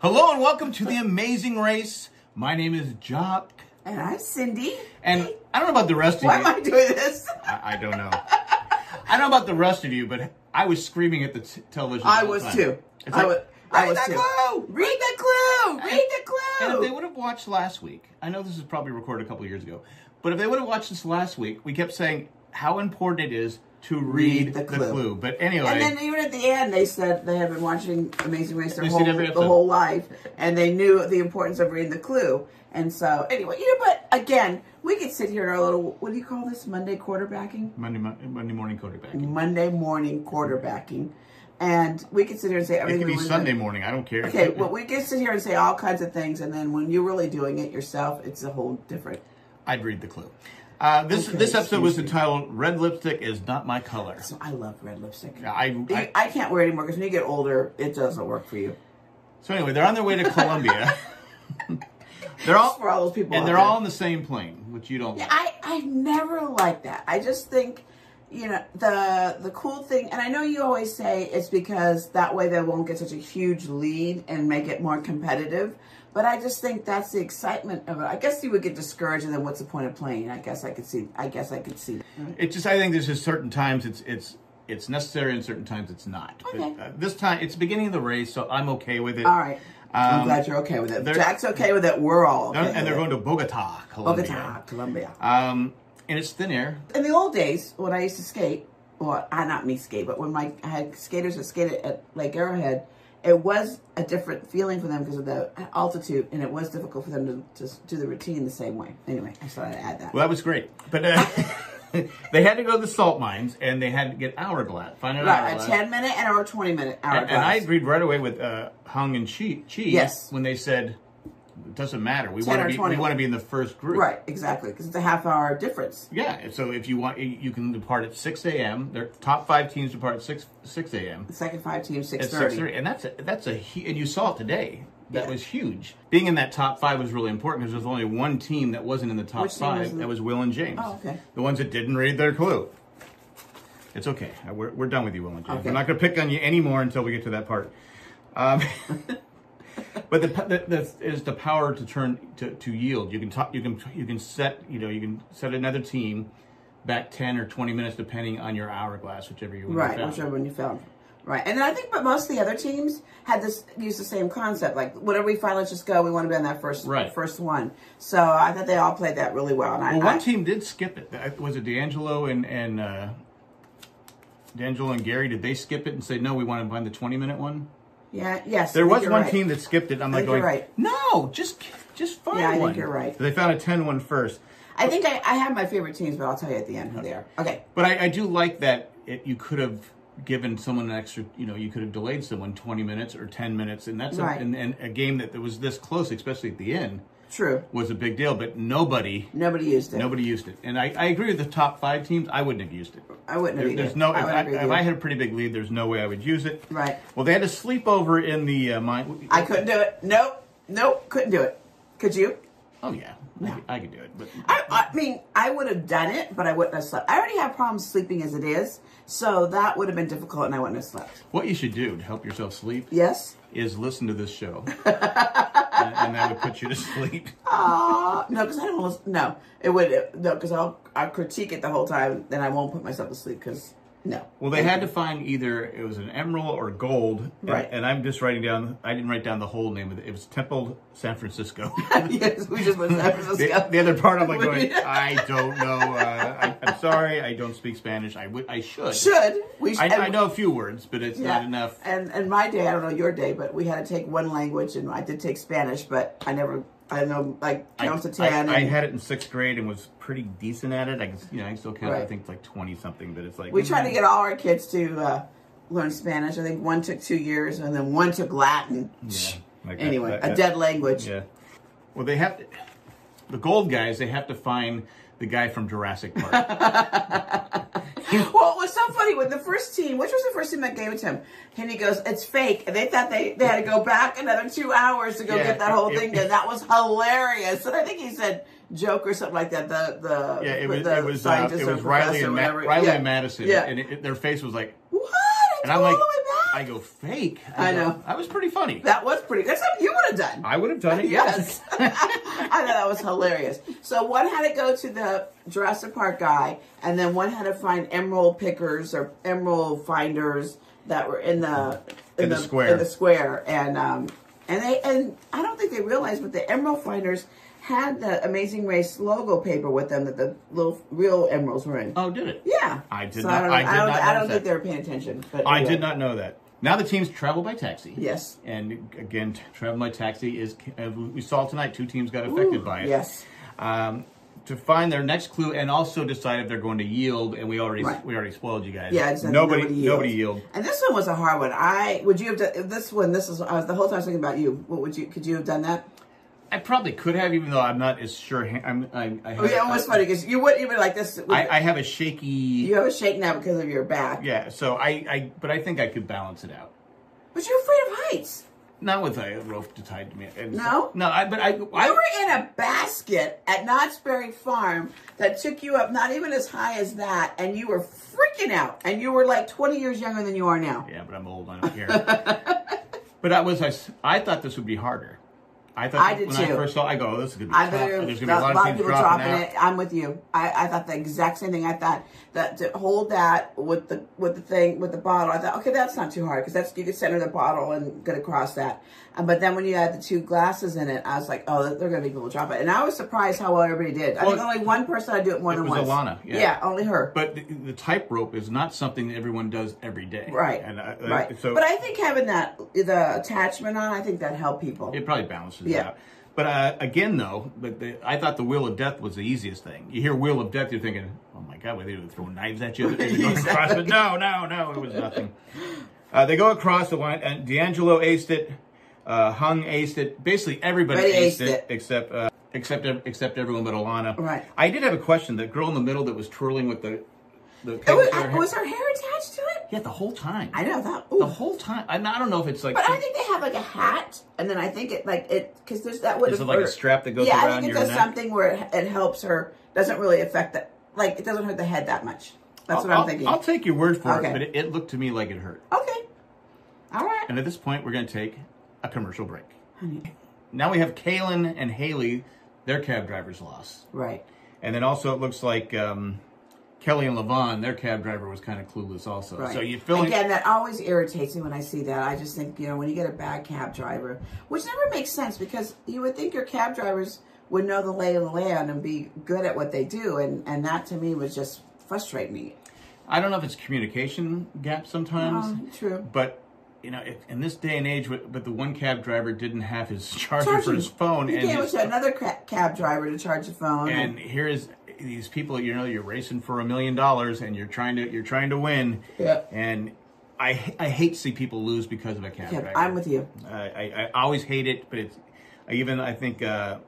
Hello and welcome to the Amazing Race. My name is Jock, And I'm Cindy. and I don't know about the rest of Why am you. I doing this? I, I don't know. I don't know about the rest of you, but I was screaming at the t- television. the I whole was time. too. It's I like- was. I Read was the too. clue! Read the clue. Read the And if they clue. would have watched last week, I know this is probably recorded a couple years ago, but if they would have watched this last week, we kept saying how important it is to read, the clue. But anyway, And then even at the end, they said they had been watching Amazing Race their They whole, said every the episode. whole life, and they knew the importance of reading the clue. And so, anyway, you know, but again, we could sit here in our little, what do you call this, Monday quarterbacking? Monday, mo- Monday morning quarterback. It Monday morning quarterbacking. And we could sit here and say everything could we be wanted. Sunday morning. I don't care. Okay, well, we can sit here and say all kinds of things, and then when you're really doing it yourself, it's a whole different. I'd read the clue. Uh, this Okay, this episode excuse was entitled "Red Lipstick Is Not My Color." So I love red lipstick. I, I, I- I can't wear it anymore because when you get older, it doesn't work for you. so anyway, they're on their way to Columbia. they're all For all those people, out and they're there. all on the same plane, which you don't. like. I I never like that. I just think, you know, the the cool thing, and I know you always say it's because that way they won't get such a huge lead and make it more competitive. But I just think that's the excitement of it. I guess you would get discouraged, and then what's the point of playing? I guess I could see. I guess I could see. that. It just I think there's just certain times it's it's it's necessary and certain times it's not. Okay. But, uh, this time it's beginning of the race, so I'm okay with it. All right. I'm Um, glad you're okay with it. they're- Jack's okay with it. We're all okay. And and they're going with to Bogota, Colombia. it. Bogota, Colombia. Um, and it's thin air. In the old days, when I used to skate, well, I not me skate, but when my I had skaters that skated at Lake Arrowhead, it was a different feeling for them because of the altitude, and it was difficult for them to, to do the routine the same way. Anyway, I just thought I'd add that. Well, that was great, but uh, they had to go to the salt mines and they had to get hourglass. Find an right, hourglass. a ten minute and or twenty minute hour uh, and, and I agreed right away with uh, Hung and Chi, Chi Yes. when they said it doesn't matter. We 10 want or to be we 20. want to be in the first group. Right, exactly, because it's a half hour difference. Yeah. So if you want, you can depart at six a.m. Their top five teams depart at six six a.m. The second five team six At six thirty. thirty, and that's a, that's a hu- and you saw it today. That Yeah. was huge. Being in that top five was really important because there was only one team that wasn't in the top Which team five. was in- that was Will and James. Oh, okay. The ones that didn't read their clue. It's okay. I- We're, we're done with you, Will and James. Okay. We're not going to pick on you anymore until we get to that part. Um, but the, the, the is the power to turn to, to yield. You can talk. You can you can set. You know. You can set another team back ten or twenty minutes, depending on your hourglass, whichever you want. Right, whichever one you found. Right, and then I think, but most of the other teams had this used the same concept. Like, whatever we find, let's just go. We want to be on that first Right. first one. So I thought they all played that really well. And I, Well, one I- team did skip it. That- Was it D'Angelo and and uh, D'Angelo and Gary? Did they skip it and say no? We want to find the twenty minute one. yeah, yes, There I think was you're one right. team that skipped it. I'm like think you're going, right. no, just just find Yeah, I think one. you're right. So they found a 10 one first. I think I, I have my favorite teams, but I'll tell you at the end who they are. Okay, But I, I do like that it, you could have given someone an extra. You know, you could have delayed someone 20 minutes or 10 minutes, and that's Right. a, and, and a game that, that was this close, especially at the end, true. was a big deal. But nobody. Nobody used it. Nobody used it, and I, I agree with the top five teams. I wouldn't have used it. I wouldn't have. There- there's either. no. I If would I, agree with if you. I had a pretty big lead, there's no way I would use it. Right. Well, they had to sleep over in the uh, mine. I couldn't do it. Nope, nope, couldn't do it. Could you? Oh yeah, I, could, I could do it. But I, I mean, I would have done it, but I wouldn't have slept. I already have problems sleeping as it is, so that would have been difficult, and I wouldn't have slept. what you should do to help yourself sleep Yes. is listen to this show, and, and that would put you to sleep. Uh, no, because I don't. Listen, no, it would no, because I'll I'll critique it the whole time, then I won't put myself to sleep. Because no, Well, they had to find either it was an emerald or gold, and- Right. And I'm just writing down. I didn't write down the whole name of it. It was Temple San Francisco. yes, we just went to San The, Francisco. the other part, I'm like going, I don't know. Uh, I, I'm sorry, I don't speak Spanish. I would, I should. should we? I, Should, I know a few words, but it's not enough. And and my day, I don't know your day, but we had to take one language, and I did take Spanish, but I never. I know like I, count to I- ten. I and had it in sixth grade and was pretty decent at it. I can, you know, I can still count. I Right. think like twenty something, but it's like mm, we tried to get all our kids to uh, learn Spanish. I think one took two years, and then one took Latin. like that- anyway, that- a that- dead language. Yeah. Well, they have to, the gold guys. They have to find the guy from Jurassic Park. Well, it was so funny when the first team, which was the first team that gave it to him, and he goes, "It's fake," and they thought they, they had to go back another two hours to go Yeah, get that whole it- thing done. That was hilarious, and I think he said joke or something like that. The the yeah, it the, was it was uh, scientist it or was Riley professor or and Ma- whatever. Riley yeah. and Madison. Yeah, and it, it- their face was like, what? It's and I'm like, all the way back. I go fake. I go, know. That was pretty funny. That was pretty good. That's something you would have done. I would have done it. Yes. I thought that was hilarious. So one had to go to the Jurassic Park guy, and then one had to find emerald pickers or emerald finders that were in the In the square. In the square, and um, and they and I don't think they realized, but the emerald finders had the Amazing Race logo paper with them that the little real emeralds were in. Oh, did it? Yeah. I did So not- I don't, I did don't, not I don't notice think that. they were paying attention. But I anyway. did not know that. Now the teams travel by taxi. Yes. And again, travel by taxi is uh, we saw tonight. Two teams got affected by it. yes. Um, to find their next clue and also decide if they're going to yield. And we already Right. we already spoiled you guys. Yeah, exactly. Nobody Nobody nobody, yield. yield. And this one was a hard one. I would you have done this one? This is I was the whole time I was thinking about you. What would you? Could you have done that? I probably could have, even though I'm not as sure. ha- I'm. I, I have, Oh, yeah, it was funny because you would you were like this. I, I have a shaky. you have a shake now because of your back. Yeah, so I, I, but I think I could balance it out. But you're afraid of heights. Not with a rope to tie to me. and- No? no, I, but I, You I, were in a basket at Knott's Berry Farm that took you up not even as high as that, and you were freaking out. And you were like 20 years younger than you are now. yeah, but I'm old. I don't care. but I was, I, s- I thought this would be harder. I thought I that did when too. I first saw, I go, oh, this is gonna be I tough. thought There's there gonna was be a lot of people dropping out. it. I'm with you. I, I thought the exact same thing. I thought that to hold that with the with the thing with the bottle, I thought, okay, that's not too hard because that's you could center the bottle and get across that. Um, but then when you had the two glasses in it, I was like, oh, they're gonna be people drop it. And I was surprised how well everybody did. I think Well, only one person I do it more it than was once. Alana, yeah. only her. But the, the type rope is not something that everyone does every day. right, And I, I- right. So but I think having that the attachment on, I think that helped people. it probably balances it Yeah. out. But uh, again, though, but the, I thought the wheel of death was the easiest thing. You hear wheel of death, you're thinking, oh my god, were they gonna throw knives at you? They're going across, but no, no, no, it was nothing. Uh, they go across the line, and D'Angelo aced it. Uh, Hung aced it. Basically, everybody Everybody aced, aced it, it. except uh, except ev- except everyone but Alana. Right. I did have a question. The girl in the middle that was twirling with the the It was, her hair- was her hair attached to it? yeah the whole time. I know that. the whole time. I, I don't know if it's like But I think they have like a hat, and then I think it like it because there's that would Is it like a strap that goes yeah, I around think it your does neck? something where it, it helps her. Doesn't really affect the like it doesn't hurt the head that much. That's what I'll- I'm thinking. I'll take your word for it, Okay. but it, it looked to me like it hurt. okay, all right. And at this point, we're going to take a commercial break. Now we have Kalen and Haley, their cab drivers lost. Right. And then also, it looks like um, Kelly and Levon, their cab driver, was kind of clueless also. Right. So you feel like. Again, that always irritates me when I see that. I just think, you know, when you get a bad cab driver, which never makes sense because you would think your cab drivers would know the lay of the land and be good at what they do, and and that to me would just frustrate me. I don't know if it's communication gap sometimes, Um, true. but. You know, it, in this day and age, but but the one cab driver didn't have his charger for Charging. his phone, You and gave it his, to another ca- cab driver to charge the phone. and here is these people you know you're racing for a million dollars and you're trying to you're trying to win Yeah. and i i hate to see people lose because of a cab Yeah, driver I'm with you. I, I i always hate it but it's i even i think uh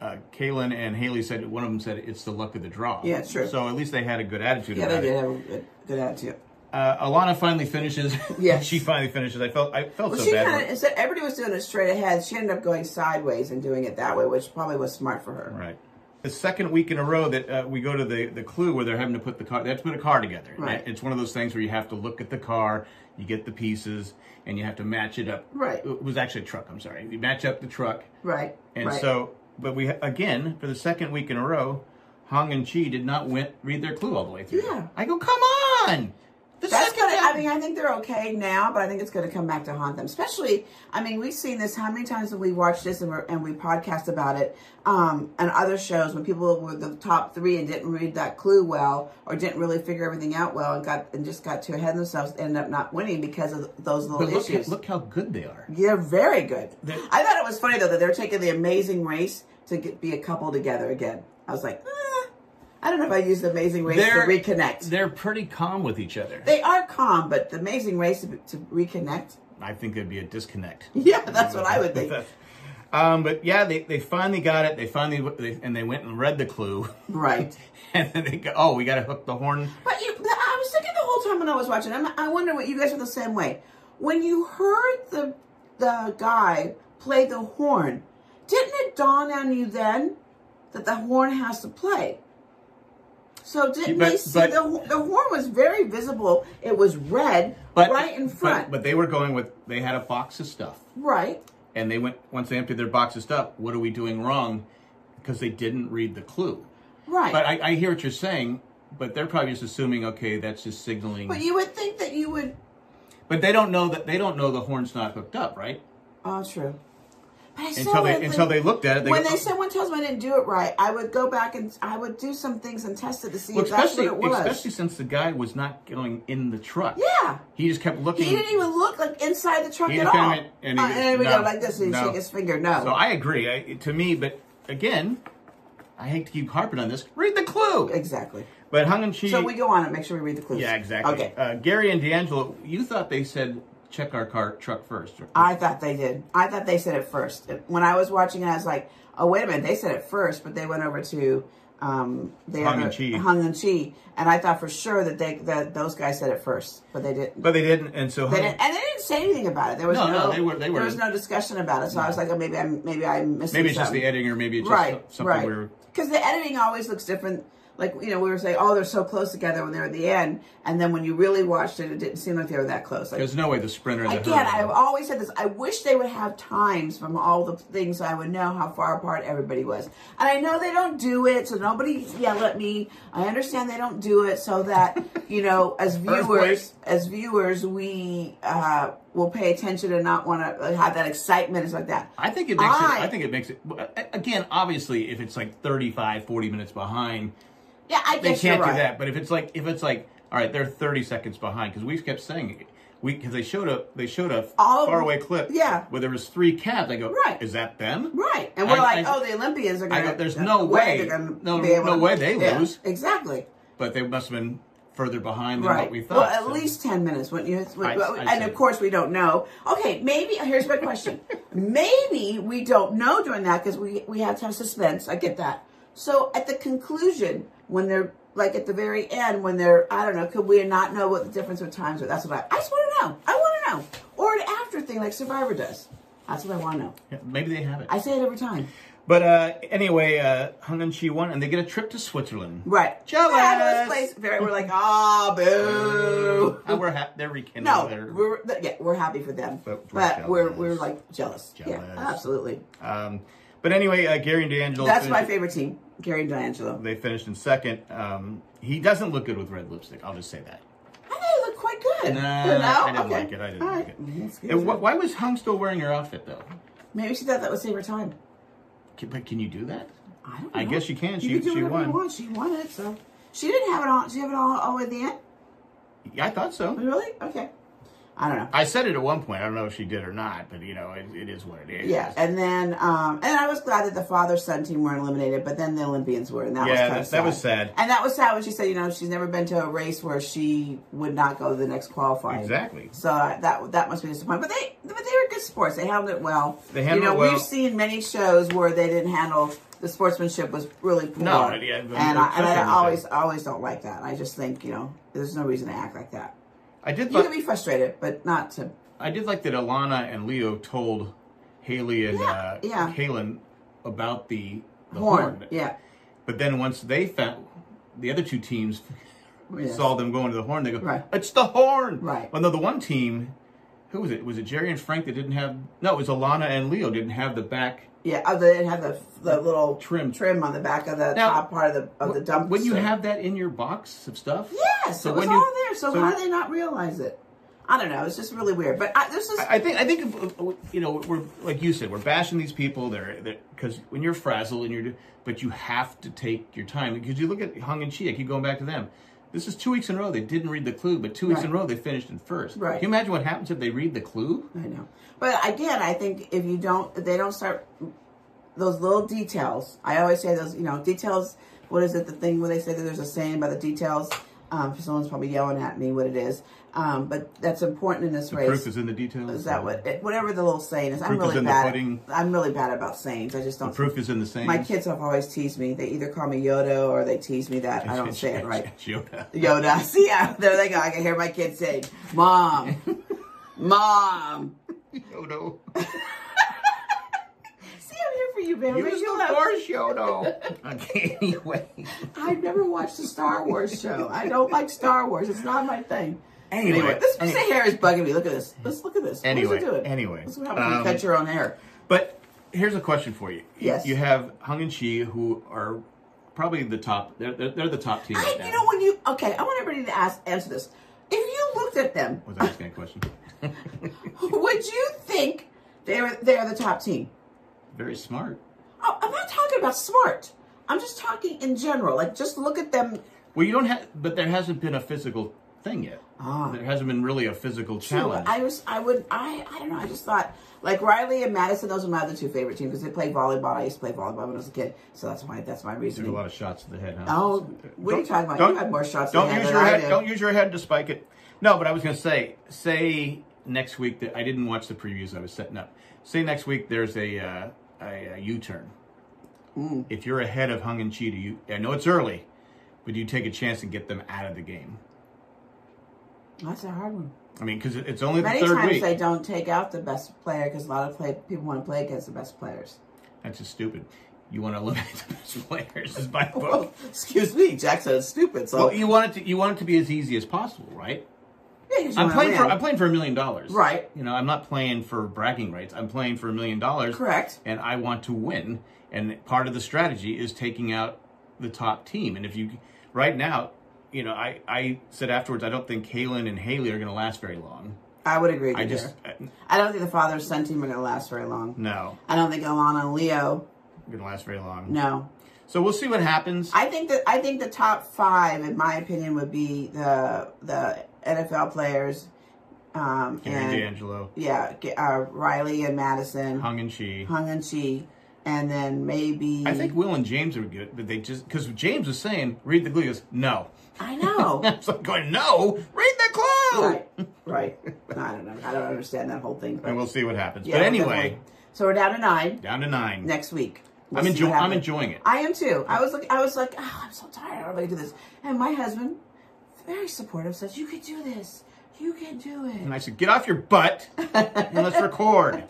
uh, Kalen and Haley said one of them said it's the luck of the draw. Yeah, it's true. So at least they had a good attitude. Yeah, about they did It. have a good, good attitude. Uh, Alana finally finishes. Yes. she finally finishes. I felt I felt Well, so she bad. kind of instead everybody was doing it straight ahead. She ended up going sideways and doing it that way, which probably was smart for her. Right. The second week in a row that uh, we go to the, the clue where they're having to put the car, they have to put a car together. Right. It's one of those things where you have to look at the car, you get the pieces, and you have to match it up. Right. It was actually a truck, I'm sorry. You match up the truck. Right. And right. so, but we, again, for the second week in a row, Hong and Chi did not win, read their clue all the way through. Yeah. I go, come on! The That's second gonna. time- I mean, I think they're okay now, but I think it's gonna come back to haunt them. Especially, I mean, we've seen this. How many times have we watched this and, we're, and we podcast about it? Um, and other shows when people were the top three and didn't read that clue well, or didn't really figure everything out well, and got and just got too ahead of themselves, end up not winning because of those little but look, issues. at, look how good they are. They're very good. They're- I thought it was funny though that they're taking the Amazing Race to get, be a couple together again. I was like, eh, I don't know if I use the Amazing Race They're- to reconnect. They're pretty calm with each other. They are calm, but the Amazing Race to, to reconnect. I think there'd be a disconnect. Yeah, that's what I would think. Um, but yeah, they, they finally got it. They finally they, and they went and read the clue, Right. and then they go, "Oh, we got to hook the horn." But you, I was thinking the whole time when I was watching. I'm, I wonder what you guys are the same way. When you heard the the guy play the horn, didn't it dawn on you then that the horn has to play? So didn't But- they see but- the the horn was very visible? It was red But right in but- front. But, they were going with they had a box of stuff, right. and they went once they emptied their box of stuff. What are we doing wrong? Because they didn't read the clue. Right. But I, I hear what you're saying. But they're probably just assuming, okay, that's just signaling. but you would think that you would But they don't know that they don't know the horn's not hooked up, right? Oh, true. But I Until they when- until they looked at it. They when go, "Oh, they someone tells me I didn't do it right, I would go back and I would do some things and test it to see Well, if that's what especially it was. especially since the guy was not going in the truck. yeah. He just kept looking. He didn't even look like inside the truck Hmm. He at just came all. in and he Uh, just- then we no, go like this and he no. shake his finger. No. So I agree. I, to me, but again, I hate to keep harping on this. Read the clue. exactly. But Hung and Chi. So we go on and make sure we read the clues. yeah, exactly. Okay. Uh, Gary and D'Angelo, you thought they said check our car truck first. or- I thought they did. I thought they said it first. When I was watching it, I was like, "Oh wait a minute, they said it first, but they went over to um, they Hung other- and Chi. Hung and Chi, and I thought for sure that they that those guys said it first, but they didn't. but they didn't, and so They Hung- didn't, and they didn't say anything about it. There was No, no, no, they were- they were- there was no discussion about it. So I was like, oh, maybe I'm maybe I'm missing. maybe it's just something. the editing, or maybe it's just right, something right. we were. Because the editing always looks different. Like you know, we were saying, oh, they're so close together when they're at the end, and then when you really watched it, it didn't seem like they were that close. Like There's no way the sprinter. and the again, I Hurricane- always said this. I wish they would have times from all the things so I would know how far apart everybody was. And I know they don't do it, so nobody yell at me. I understand they don't do it so that you know, as Earthquake. viewers, as viewers, we uh, will pay attention and not want to have that excitement. It's like that. I think it makes it. I- I think it makes it. Again, obviously, if it's like 35, 40 minutes behind, Yeah, I they guess can't you're do right. that. But if it's like, if it's like, all right, they're thirty seconds behind because we kept saying we because they showed a they showed a All of- faraway clip, yeah. where there was three cabs. I go, Right. is that them? Right, and we're I- like, I- oh, the Olympians are I going go, to. there's no way. they're gonna No- be able no to- way they Yeah, lose. Exactly. But they must have been further behind than Right. what we thought. Well, at so. least 10 minutes. Wouldn't you? I- I and see. of course, we don't know. Okay, maybe, here's my question. maybe we don't know during that because we, we have to have suspense. I get that. So at the conclusion, when they're, like at the very end, when they're, I don't know, could we not know what the difference of times are? That's what I, I just want to know. I want to know. Or an after thing like Survivor does. That's what I want to know. Yeah, maybe they have it. I say it every time. but uh, anyway, uh, Hung and Chi won, and they get a trip to Switzerland. Right. Jealous. Fabulous place. Very, we're like, ah, boo. And we're ha- they're rekindled. No, They're- we're th- yeah, we're happy for them, But but, we're we're jealous. we're like jealous. Yeah, Jealous. absolutely. um, but anyway, uh, Gary and D'Angelo. That's finished- my favorite team, Gary and D'Angelo. They finished in second. Um, he doesn't look good with red lipstick. I'll just say that. I thought they looked quite good. Nah, You know? I didn't Okay. like it. I didn't All like right. it. Mm, that's good. And wh- why was Hung still wearing her outfit though? Maybe she thought that would save her time. Can, but can you do that? I don't. Know. I guess you can. She- you can do she whatever won. You want. She won it, so she didn't have it all. She have it all all at the end. Yeah, I thought so. Really? Okay. I don't know. I said it at one point. I don't know if she did or not, but you know, it, it is what it is. Yeah, and then um, and I was glad that the father son team weren't eliminated, but then the Olympians were, and that was Yeah, kind that- of that was sad. And that was sad when she said, you know, she's never been to a race where she would not go to the next qualifying. Exactly. So I- that that must be disappointing. But they but they were good sports. They handled it well. They handled you know, it well. We've seen many shows where they didn't handle the sportsmanship was really poor. No, yeah, but- and I, and I sometimes always they- always don't like that. I just think you know, there's no reason to act like that. I did. You Like, can be frustrated, but not to. I did like that. Alana and Leo told Haley and uh, yeah. Kalen about the, the Horn, yeah. But then once they found the other two teams Yes. saw them going to the horn, they go, Right. "It's the horn!" Right. Well, no, the one team, who was it? Was it Jerry and Frank that didn't have? No, it was Alana and Leo didn't have the back. Yeah, oh, they didn't have the the little Trim. trim on the back of the Now, top part of the of the dumpster. Wouldn't you have that in your box of stuff? Yes, it was when you- all there. So, how do they not realize it? I don't know. It's just really weird. But I, this is I think I think if- you know we're like you said we're bashing these people there because when you're frazzled and you're but you have to take your time because you look at Hung and Chi I keep going back to them this is two weeks in a row they didn't read the clue but two weeks in a Right. row they finished in first Right. can you imagine what happens if they read the clue I know. But again, I think if you don't, if they don't start those little details. I always say those, you know, details. What is it? The thing where they say that there's a saying about the details. Um, someone's probably yelling at me what it is. Um, but that's important in this race. proof is in the details Is that what? It, whatever the little saying is. I'm Proof is really in the bad. pudding. I'm really bad about sayings. I just don't. proof is in the same My kids have always teased me. They either call me Yoda or they tease me that I don't say it right. Yoda. Yoda. See, yeah, there they go. I can hear my kids saying, "Mom, Mom." Yoda. See, I'm here for you, YouTube, Amber. Use You'll the have- Force show, though. okay, anyway. I've never watched a Star Wars show. I don't like Star Wars. It's not my thing. Anyway, this piece anyway. of hair is bugging me. Look at this. Let's look at this. Anyway, what is it doing? anyway. This is what happens when Um, you cut your own hair. But here's a question for you. Yes. You have Hung and Chi, who are probably the top. They're, they're, they're the top team I, right now. you know when you okay, I want everybody to ask answer this. If you looked at them, Was I asking a question? would you think they were they are the top team? Very smart. Oh, I'm not talking about smart. I'm just talking in general. Like just look at them. Well, you don't have, but there hasn't been a physical thing yet. Ah. There hasn't been really a physical Too. challenge. I was I would I I don't know. I just thought like Riley and Madison. Those are my other two favorite teams because they play volleyball. I used to play volleyball when I was a kid, so that's why that's my Took a reasoning. lot of shots to the head. Huh? Oh, what are you Don't- talking about? don't- You had more shots Don't than I use did. your I head. did. Don't use your head to spike it. No, but I was going to say, say next week that I didn't watch the previews I was setting up. Say next week there's a uh, a, a U-turn. Mm. If you're ahead of Hung and Chi, do you? I know it's early, but do you take a chance and get them out of the game? That's a hard one. I mean, because it's only the Many third times week. they don't take out the best player because a lot of play, people want to play against the best players. That's just stupid. You want to eliminate the best players is my Well, vote. excuse me, Jack said it's stupid. So Well, you want it to you want it to be as easy as possible, right? Yeah, 'cause you I'm wanna playing for win. I'm playing for a million dollars. Right. You know, I'm not playing for bragging rights. I'm playing for a million dollars. Correct. And I want to win. And part of the strategy is taking out the top team. And if you right now, you know, I I said afterwards I don't think Kalen and Haley are going to last very long. I would agree. With I you just there. uh, I don't think the father son team are going to last very long. no, I don't think Alana and Leo. going to last very long. No, So we'll see what happens. I think that I think the top five, in my opinion, would be the the NFL players. Um, and Gary D'Angelo, yeah, G- uh, Riley and Madison, Hung and Chi. Hung and Chi, and then maybe I think Will and James are good, but they just because James was saying read the glue. He goes no. I know. So I'm going no, read the glue. right, right. I don't know. I don't understand that whole thing. But, And we'll see what happens. yeah, but we'll anyway, definitely- so we're down to nine down to 9 next week. We'll I'm see enjoying. what I'm happens. enjoying it. I am too. I was like, I was like, oh, I'm so tired. I don't know if I can do this. And my husband, very supportive, says, "You can do this. You can do And it." I said, get off your butt and let's record.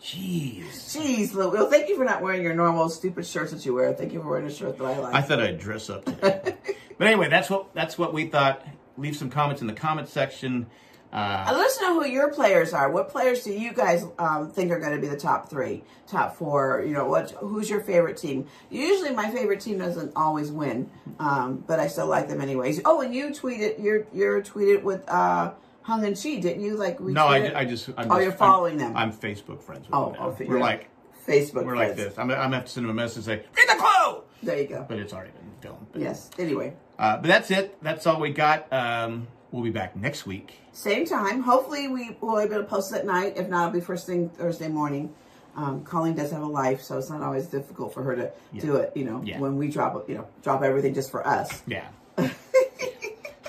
Jeez. Jeez, Lou. Well, thank you for not wearing your normal stupid shirts that you wear. Thank you for wearing a shirt that I like. I thought I'd dress up today. but anyway, that's what that's what we thought. Leave some comments in the comment section. Uh, Uh, Let us know who your players are. What players do you guys um, think are going to be the top three, top four? You know, what? Who's your favorite team? Usually, my favorite team doesn't always win, um, but I still like them anyways. Oh, and you tweeted your your tweeted with uh, Hung and Chi, didn't you? Like no, I, retweeted? ju- I just. I'm Oh, just- you're I'm- following them. I'm Facebook friends with oh, them. now. oh, we're you're like Facebook. we're like friends. this. I'm, I'm gonna have to send them a message and say read the clue, There you go. but it's already been filmed. But, Yes. Anyway, uh, but that's it. That's all we got. Um, we'll be back next week. same time. Hopefully, we will be able to post it at night. If not, it'll be first thing Thursday morning. Um, Colleen does have a life, so it's not always difficult for her to do it. You know, Yeah. when we drop, you know, drop everything just for us. Yeah. all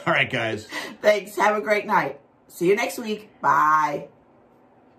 right, guys. Thanks. Have a great night. See you next week. Bye.